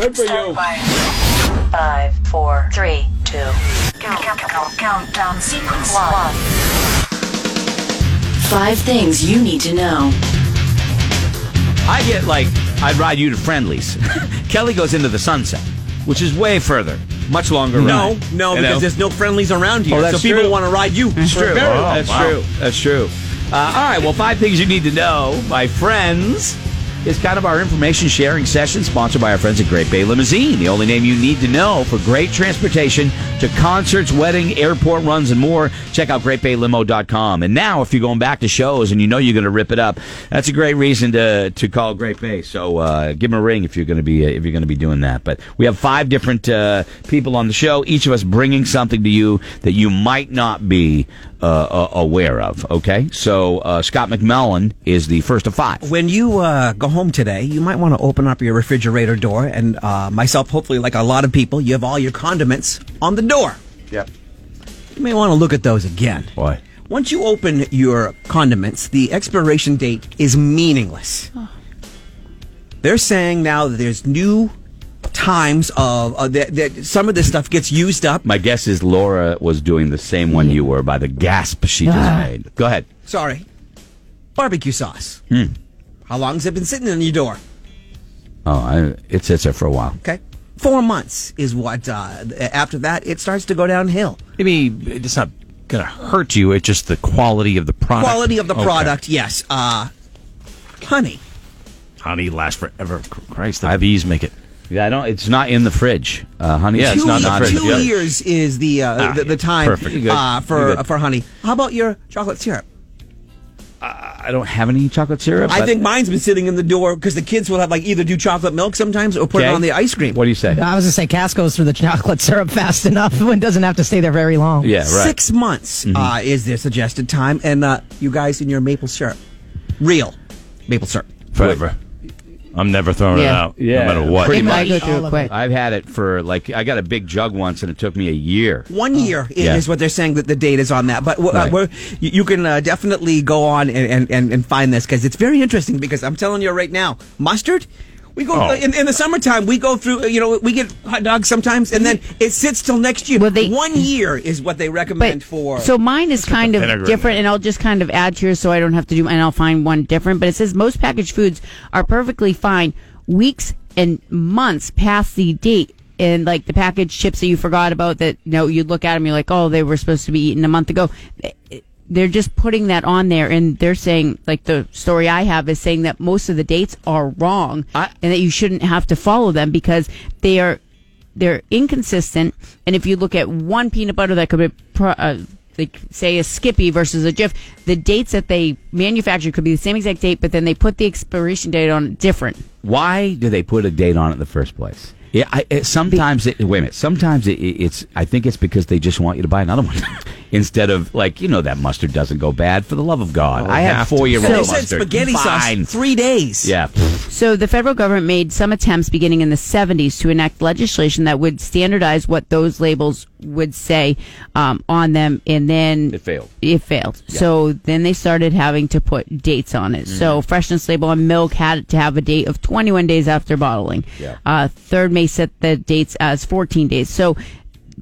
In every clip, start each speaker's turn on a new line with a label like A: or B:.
A: Good for you.
B: Five, four, three, two. Count, count, count, countdown sequence one. Five things you need to know.
C: I get like, I'd ride you to friendlies. Kelly goes into the sunset, which is way further, much longer
D: No,
C: ride.
D: no,
C: You
D: because
C: know?
D: there's no friendlies around here,
C: Oh, that's
D: so people
C: true.
D: want to ride you.
C: That's
D: for a
C: true.
D: very-
C: that's true. That's true. Uh, all right. Well, five things you need to know, my friends, is kind of our information sharing session sponsored by our friends at Great Bay Limousine, the only name you need to know for great transportation to concerts, wedding, airport runs, and more. Check out greatbaylimo.com. And now, if you're going back to shows and you know you're going to rip it up, that's a great reason to to call Great Bay. So uh, give them a ring if you're going to be if you're going to be doing that. But we have five different uh, people on the show, each of us bringing something to you that you might not be uh, uh, aware of. Okay, so uh, Scott McMullen is the first of five.
E: When you uh, go home today, you might want to open up your refrigerator door, and uh, myself, hopefully, like a lot of people, you have all your condiments on the door.
F: Yep.
E: You may want to look at those again.
C: Why?
E: Once you open your condiments, the expiration date is meaningless. They're saying now that there's new times of uh, that, that some of this stuff gets used up.
C: My guess is Laura was doing the same one you were by the gasp she just
E: Ah.
C: made. Go ahead.
E: Sorry, barbecue sauce. How long's it been sitting in your door?
C: Oh, I, it sits there for a while.
E: Okay. Four months is what, uh, after that, it starts to go downhill.
F: Maybe it's not going to hurt you. It's just the quality of the product.
E: Quality of the
F: Okay.
E: product, yes. Uh, honey.
F: Honey lasts forever. Christ, the bees make it.
C: Yeah, I don't. It's not in the fridge, uh, honey.
F: Yeah, it's
E: two
F: not in the
E: ye-
F: fridge,
E: two
F: yeah.
E: years is the, uh,
F: Ah,
E: the, the
F: yeah,
E: time
F: perfect. You're good.
E: Uh,
C: You're
E: for,
C: good.
E: for honey. How about your chocolate syrup?
C: I don't have any chocolate syrup.
E: I
C: but-
E: think mine's been sitting in the door because the kids will have like either do chocolate milk sometimes or put
C: Okay.
E: it on the ice cream.
C: What do you say?
G: I was gonna say Cass goes through the chocolate syrup fast enough and doesn't have to stay there very long.
C: Yeah, right.
E: Six months
F: Mm-hmm.
E: uh, is their suggested time. And uh, you guys in your maple syrup. Real maple syrup.
F: Forever. I'm never throwing it
G: Yeah.
F: out,
C: Yeah,
F: no matter what.
C: pretty
G: If I
C: much.
G: go through it quick.
C: I've had it for like I got a big jug once, and it took me a year.
E: One year i-
C: Oh, Yeah.
E: is what they're saying that the date is on that. But w-
C: Right.
E: uh, we're, you, you can uh, definitely go on and, and, and, and find this because it's very interesting. Because I'm telling you right now, mustard. We go
F: Oh.
E: in, in the summertime. We go through. uh, You know, we get hot dogs sometimes, and then
C: Mm-hmm.
E: it sits till next year.
H: Well, they-
E: One year is what they recommend
H: But
E: for.
H: so mine is kind
F: vinegar in
H: of different,
F: there.
H: and I'll just kind of add to yours so I don't have to do, and I'll find one different. But it says most packaged foods are perfectly fine weeks and months past the date. And like the packaged chips that you forgot about, that you know you look at them, you're like, oh, they were supposed to be eaten a month ago. They're just putting that on there, and they're saying, like the story I have is saying that most of the dates are wrong,
C: I-
H: and that you shouldn't have to follow them because they are they're inconsistent. And if you look at one peanut butter that could be, pro- uh, like say a Skippy versus a Jif, the dates that they manufacture could be the same exact date, but then they put the expiration date on it different.
C: Why do they put a date on it in the first place? Yeah, I, it, sometimes it, wait a minute. Sometimes it, it- it's. I think it's because they just want you to buy another one instead of like you know that mustard doesn't go bad. For the love of God, I had
F: have to.
C: four year
E: they
C: old
E: said
C: mustard.
E: spaghetti
C: Fine.
E: sauce three days.
C: Yeah.
H: So the federal government made some attempts beginning in the 70s to enact legislation that would standardize what those labels would say um, on them, and then
C: It failed.
H: It failed. So then they started having to put dates on it.
C: Mm.
H: So freshness label on milk had to have a date of 21 days after bottling.
C: Yeah.
H: Uh, Third may set the dates as 14 days. So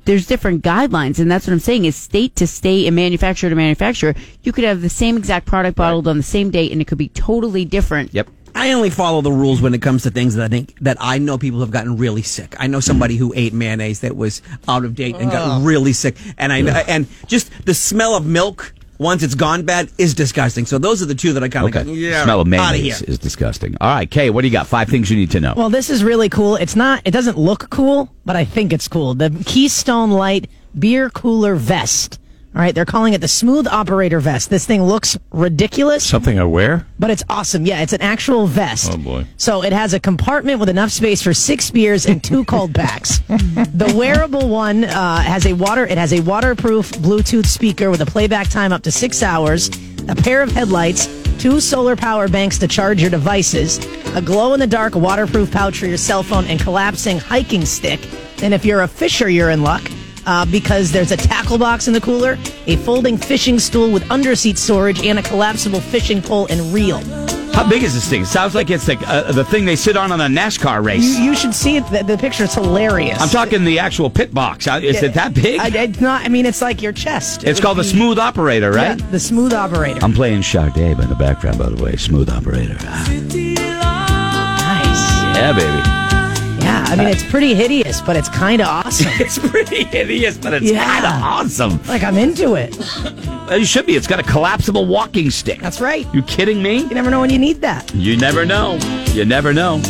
H: there's different guidelines, and that's what I'm saying is state to state and manufacturer to manufacturer. You could have the same exact product bottled on the same date, and it could be totally different.
C: Yep.
E: I only follow the rules when it comes to things that I think that I know people have gotten really sick. I know somebody who ate mayonnaise that was out of date and got really sick, and I know, and just the smell of milk once it's gone bad is disgusting. So those are the two that I kind of
C: Okay.
E: go, yeah,
C: Smell of
E: outta
C: mayonnaise
E: here.
C: is disgusting. All right, Kay, what do you got? Five things you need to know.
G: Well, this is really cool. It's not. It doesn't look cool, but I think it's cool. The Keystone Light beer cooler vest All right, they're calling it the smooth operator vest. This thing looks ridiculous,
F: Something I wear?
G: but it's awesome. Yeah, it's an actual vest.
F: Oh, boy.
G: So it has a compartment with enough space for six beers and two cold packs. The wearable one uh, has a water. It has a waterproof Bluetooth speaker with a playback time up to six hours, a pair of headlights, two solar power banks to charge your devices, a glow-in-the-dark waterproof pouch for your cell phone, and collapsing hiking stick. And if you're a fisher, you're in luck. Uh, because there's a tackle box in the cooler, a folding fishing stool with underseat storage, and a collapsible fishing pole and reel.
C: How big is this thing? It sounds like it's like uh, the thing they sit on on a NASCAR race.
G: You, you should see it. The, the picture is hilarious.
C: I'm talking the actual pit box. Uh, Is it that big?
G: I, it's not. I mean, it's like your chest.
C: it's called the smooth operator, right?
G: Yeah, the smooth operator.
C: I'm playing Sade in the background, by the way. Smooth operator.
G: nice.
C: Yeah, baby.
G: Yeah. I mean, it's pretty hideous, but it's kind of awesome.
C: It's pretty hideous, but it's
G: Yeah.
C: kind of awesome.
G: like I'm into it.
C: It should be. It's got a collapsible walking stick.
G: That's right.
C: You kidding me?
G: You never know when you need that.
C: You never know. You never know.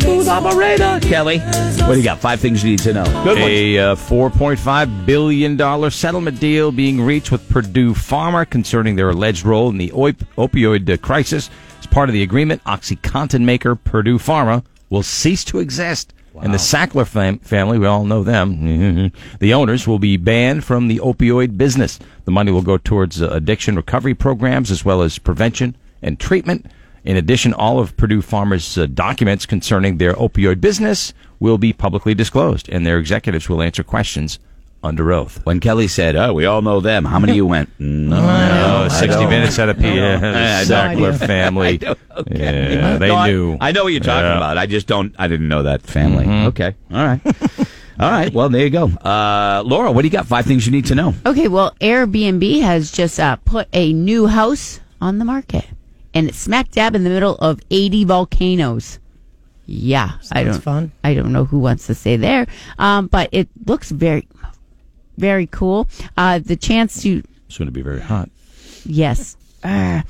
C: Smooth operator, Kelly. What do you got? Five things you need to know. Good one.
F: A uh, $4.5 billion settlement deal being reached with Purdue Pharma concerning their alleged role in the op- opioid uh, crisis. As part of the agreement, OxyContin maker Purdue Pharma will cease to exist. And the Sackler fam- family, we all know them, the owners will be banned from the opioid business. The money will go towards uh, addiction recovery programs as well as prevention and treatment. In addition, all of Purdue Pharma's uh, documents concerning their opioid business will be publicly disclosed, and their executives will answer questions under oath.
C: When Kelly said, "Oh, we all know them," how many of you went? "Mm, No,
F: Oh, 60 Minutes had a P.
C: I
F: Yeah,
C: don't.
F: Sackler family. Yeah, they
C: No, I-
F: knew.
C: I, know what you're talking
F: Yeah. Mm-hmm.
C: about. I just don't. I didn't know that family. Okay. All right. all right. Well, there you go. Uh, Laura, what do you got? Five things you need to know.
H: Okay, well, Airbnb has just uh, put a new house on the market, and it's smack dab in the middle of 80 volcanoes. Yeah, I
G: Sounds
H: don't.
G: fun.
H: I don't know who wants to stay there, um, but it looks very, very cool. Uh, the chance to
F: It's going to be very hot.
H: Yes. Uh,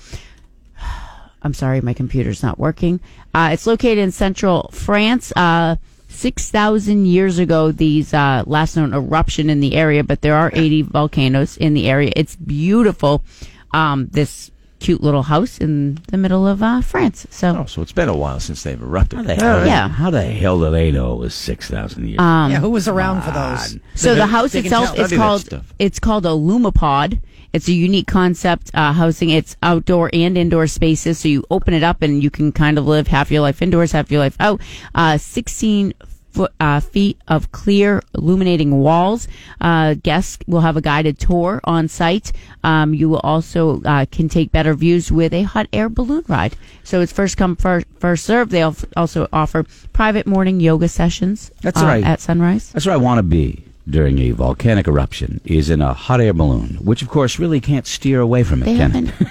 H: I'm sorry, my computer's not working. Uh, it's located in central France. Uh, 6,000 years ago, these uh, last known eruption in the area, but there are 80 volcanoes in the area. It's beautiful. Um, this cute little house in the middle of uh, France. So,
F: Oh, so it's been a while since they've erupted.
H: Oh, yeah. Um,
C: How the hell do they know it was six thousand years?
G: yeah, who was around for those?
H: So the house
G: they can
H: itself
G: tell.
H: is
F: Study that
H: called
F: stuff.
H: it's called a Lumapod. It's a unique concept uh, housing. It's outdoor and indoor spaces, so you open it up and you can kind of live half your life indoors, half your life out. Uh, Sixteen foot uh, feet of clear illuminating walls. Uh, guests will have a guided tour on site. Um, you will also uh, can take better views with a hot air balloon ride. So it's first come first, first serve. They al- also offer private morning yoga sessions.
C: That's
H: uh,
C: right.
H: at sunrise.
C: That's where I want to be during a volcanic eruption. Is in a hot air balloon, which of course really can't steer away from it.
H: They
C: can it?
H: haven't.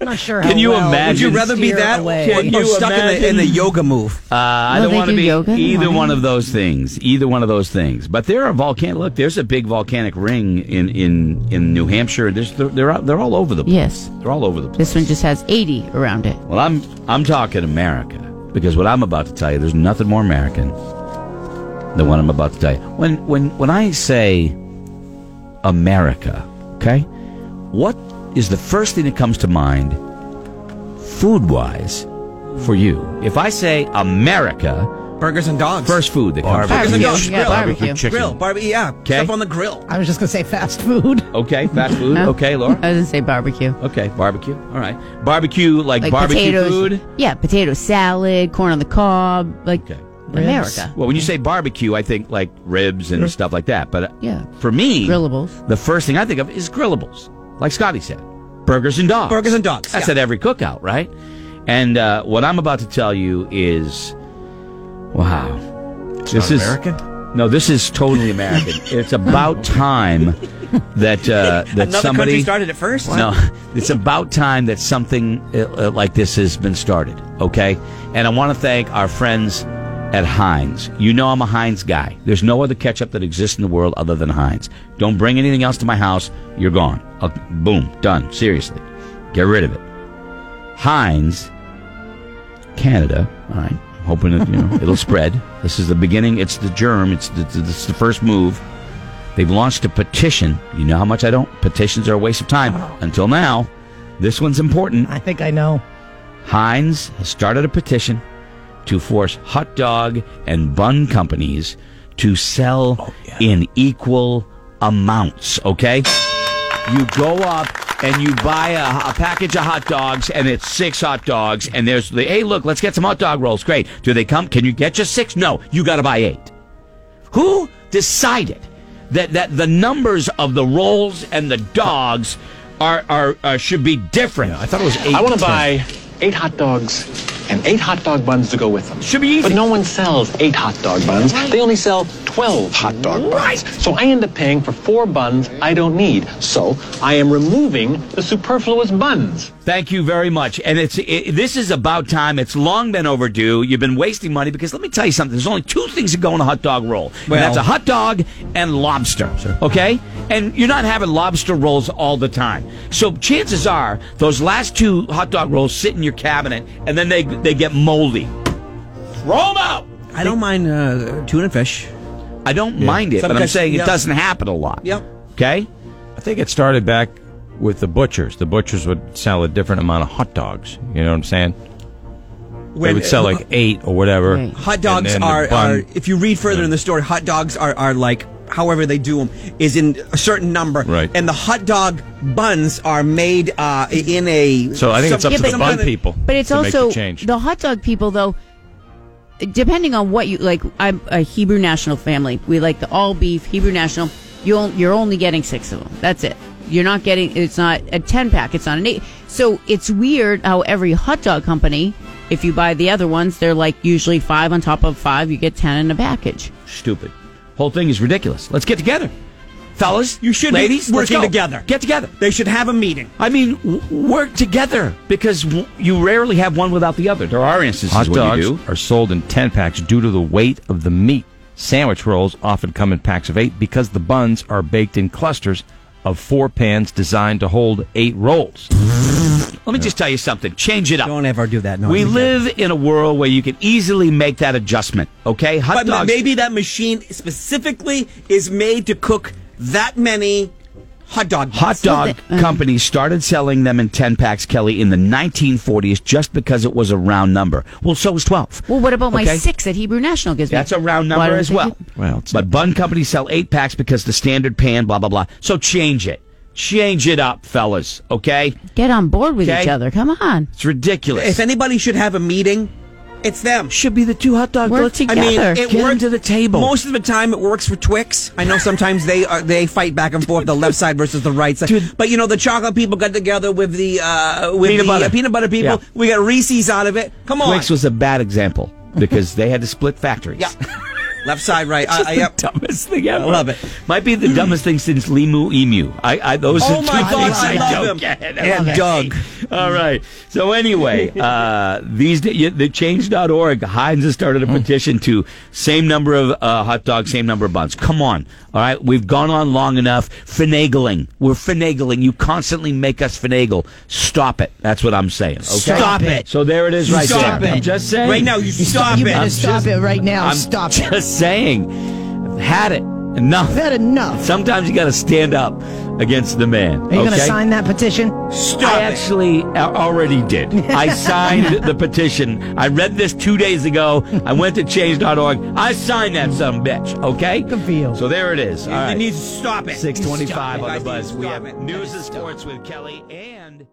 G: I'm not sure.
C: Can
G: how
C: you
G: well
C: imagine-
G: you
E: Would you rather be
G: steer
E: that
G: away.
E: or,
C: Can you
E: or stuck in the, in the
C: imagine? Uh,
E: yoga move?
C: I
H: Well,
C: don't
H: they
C: want to
H: do
C: be
H: yoga in the
C: either
H: morning.
C: one of those things. Either one of those things. But there are volcanic. Look, there's a big volcanic ring in in in New Hampshire. There's, they're they're out- they're all over the place.
H: Yes.
C: they're all over the place.
H: This one just has 80 around it.
C: Well, I'm I'm talking America because what I'm about to tell you, there's nothing more American than what I'm about to tell you. When when when I say America, okay, what is the first thing that comes to mind, food wise, for you? If I say America,
E: Burgers and dogs.
C: first food that comes. to
E: Burgers and
H: Barbecue.
E: dogs.
H: Yeah,
E: grill.
H: barbecue. Barbecue
E: Grill. Barbecue. Yeah.
C: Okay.
E: Stuff on the grill.
G: I was just gonna say fast food.
C: Okay, fast food.
H: Huh?
C: Okay, Laura.
H: I was gonna say barbecue.
C: Okay, barbecue. All right, barbecue like,
H: Like
C: barbecue
H: potatoes.
C: food.
H: Yeah, potato salad, corn on the cob, like
C: Okay.
H: America.
C: Well, when you say barbecue, I think like ribs and stuff like that. But uh,
H: Yeah.
C: for me,
H: Grillables.
C: The first thing I think of is grillables, like Scotty said, burgers and dogs.
E: Burgers and dogs,
C: That's
E: yeah.
C: at every cookout, right? And uh, what I'm about to tell you is, wow, this is American. No, this is totally American. it's about time that uh, that
E: Another
C: somebody
E: country started it first.
C: no, it's about time that something uh, uh, like this has been started, okay? And I want to thank our friends at Heinz. You know I'm a Heinz guy. There's no other ketchup that exists in the world other than Heinz. Don't bring anything else to my house. You're gone. I'll, boom, done. Seriously. Get rid of it. Heinz, Canada, all right? I'm hoping that, you know, it'll spread. This is the beginning. It's the germ. It's the, it's the first move. They've launched a petition. You know how much I don't. Petitions are a waste of time. Until now, this one's important.
G: I think I know.
C: Heinz has started a petition to force hot dog and bun companies to sell in equal amounts, okay? You go up and you buy a, a package of hot dogs, and it's six hot dogs, and there's the, hey, look, let's get some hot dog rolls. Great. Do they come? Can you get just six? No, you got to buy eight. Who decided that, that the numbers of the rolls and the dogs are, are, are should be different? I thought it was eight.
I: I want to buy eight hot dogs and eight hot dog buns to go with them.
C: Should be easy.
I: But no one sells eight hot dog buns. They only sell 12 hot dog buns. So I end up paying for four buns I don't need. So I am removing the superfluous buns.
C: Thank you very much. And it's it, this is about time. It's long been overdue. You've been wasting money because let me tell you something. There's only two things that go in a hot dog roll.
E: Well-
C: and that's a hot dog and lobster. Okay? And you're not having lobster rolls all the time. So chances are those last two hot dog rolls sit in your cabinet and then they they get moldy. Throw 'em out.
E: I don't mind uh, tuna fish.
C: I don't mind it, but I'm
E: Sometimes-
C: saying
E: yeah.
C: it doesn't happen a lot.
E: Yep.
C: Okay?
F: I think it started back with the butchers. The butchers would sell a different amount of hot dogs. You know what I'm saying? they would sell like eight or whatever.
H: Right.
E: uh, Hot dogs
F: And then the
E: are,
F: bun-
E: are, if you read further in the story, hot dogs are, are like, however they do them, is in a certain number.
F: Right.
E: And the hot dog buns are made uh, in a.
F: So I think it's up
H: Yeah,
F: to
H: but-
F: the bun
H: but-
F: people.
H: But it's
F: to make the
H: also
F: change.
H: the hot dog people, though. Depending on what you like, I'm a Hebrew national family. We like the all beef Hebrew national. You on- you're only getting six of them. That's it. You're not getting. It's not a ten pack. It's not an eight. So it's weird how every hot dog company, if you buy the other ones, they're like usually five on top of five. You get ten in a package.
C: Stupid. Whole thing is ridiculous. Let's get together. Fellas,
E: You should be
C: ladies, let's
E: working
C: go.
E: together.
C: Get together.
E: They should have a meeting.
C: I mean, w- work together because w- you rarely have one without the other. There are instances
F: Hot
C: when
F: dogs
C: you do.
F: are sold in 10 packs due to the weight of the meat. Sandwich rolls often come in packs of eight because the buns are baked in clusters of four pans designed to hold eight rolls.
C: Let me just tell you something. Change it up.
E: Don't ever do that. No,
C: we
E: you can't.
C: live in a world where you can easily make that adjustment. Okay, hot
E: But
C: dogs.
E: maybe that machine specifically is made to cook that many hot dog buns.
C: Hot dog
H: the- uh,
C: companies started selling them in 10 packs, Kelly, in the 1940s just because it was a round number. Well, so was 12.
H: Well, what about my
C: Okay?
H: six that Hebrew National gives me?
C: That's a round
H: Why
C: number
H: don't
C: as
H: they
C: well.
H: do-
F: Well, it's-
C: but bun companies sell eight packs because the standard pan, blah blah blah. So change it, change it up, fellas. Okay,
H: Get on board with
C: Okay.
H: each other. Come on.
C: it's ridiculous.
E: If anybody should have a meeting, it's them.
C: should be the two hot dog
H: Work
C: girls
H: together.
E: I mean, it
C: Get 'em
E: worked-
C: to the table.
E: Most of the time, it works for Twix. I know sometimes they are, they fight back and forth, the left side versus the right side.
C: Dude.
E: But you know, the chocolate people got together with the uh, with
C: Peanut
E: the
C: butter.
E: uh, peanut butter people.
C: Yeah.
E: We got Reese's out of it. Come on,
C: Twix was a bad example because they had to split factories.
E: yeah, left side, right. I, I, yep.
C: dumbest thing ever.
E: I love it.
C: Might be the dumbest thing since Limu Emu. I, I those
E: Oh
C: are
E: my
C: two
E: God,
C: things
E: I
C: I,
E: love
C: don't
E: him.
C: get.
E: And
C: Okay.
E: Doug.
C: All right. So anyway, uh, these da- you- the change.org Heinz has started a
E: Mm.
C: petition to same number of uh, hot dogs, same number of buns. Come on. All right, we've gone on long enough finagling. We're finagling. You constantly make us finagle. Stop it. That's what I'm saying. Okay?
G: Stop it.
C: So there it is right
E: Stop
C: there.
E: it.
C: I'm just saying.
E: Right now, you stop
G: You
E: it.
G: better
C: I'm
G: stop
C: just-
G: it right now.
C: I'm
G: stop it.
C: just saying. I've had it. Enough.
G: I've had enough.
C: Sometimes you got to stand up against the man.
G: Are you going to
C: okay?
G: sign that petition?
C: I actually a- already did. I signed the petition. I read this two days ago. I went to change.org. I signed that some bitch. Okay.
G: Good for you.
C: So there it is. All
E: You
C: right.
E: need to stop it.
C: Six twenty-five
E: Stop it.
C: on the buzz.
E: Guys, you
C: We
E: stop
C: have
E: it.
C: news and sports with Kelly and.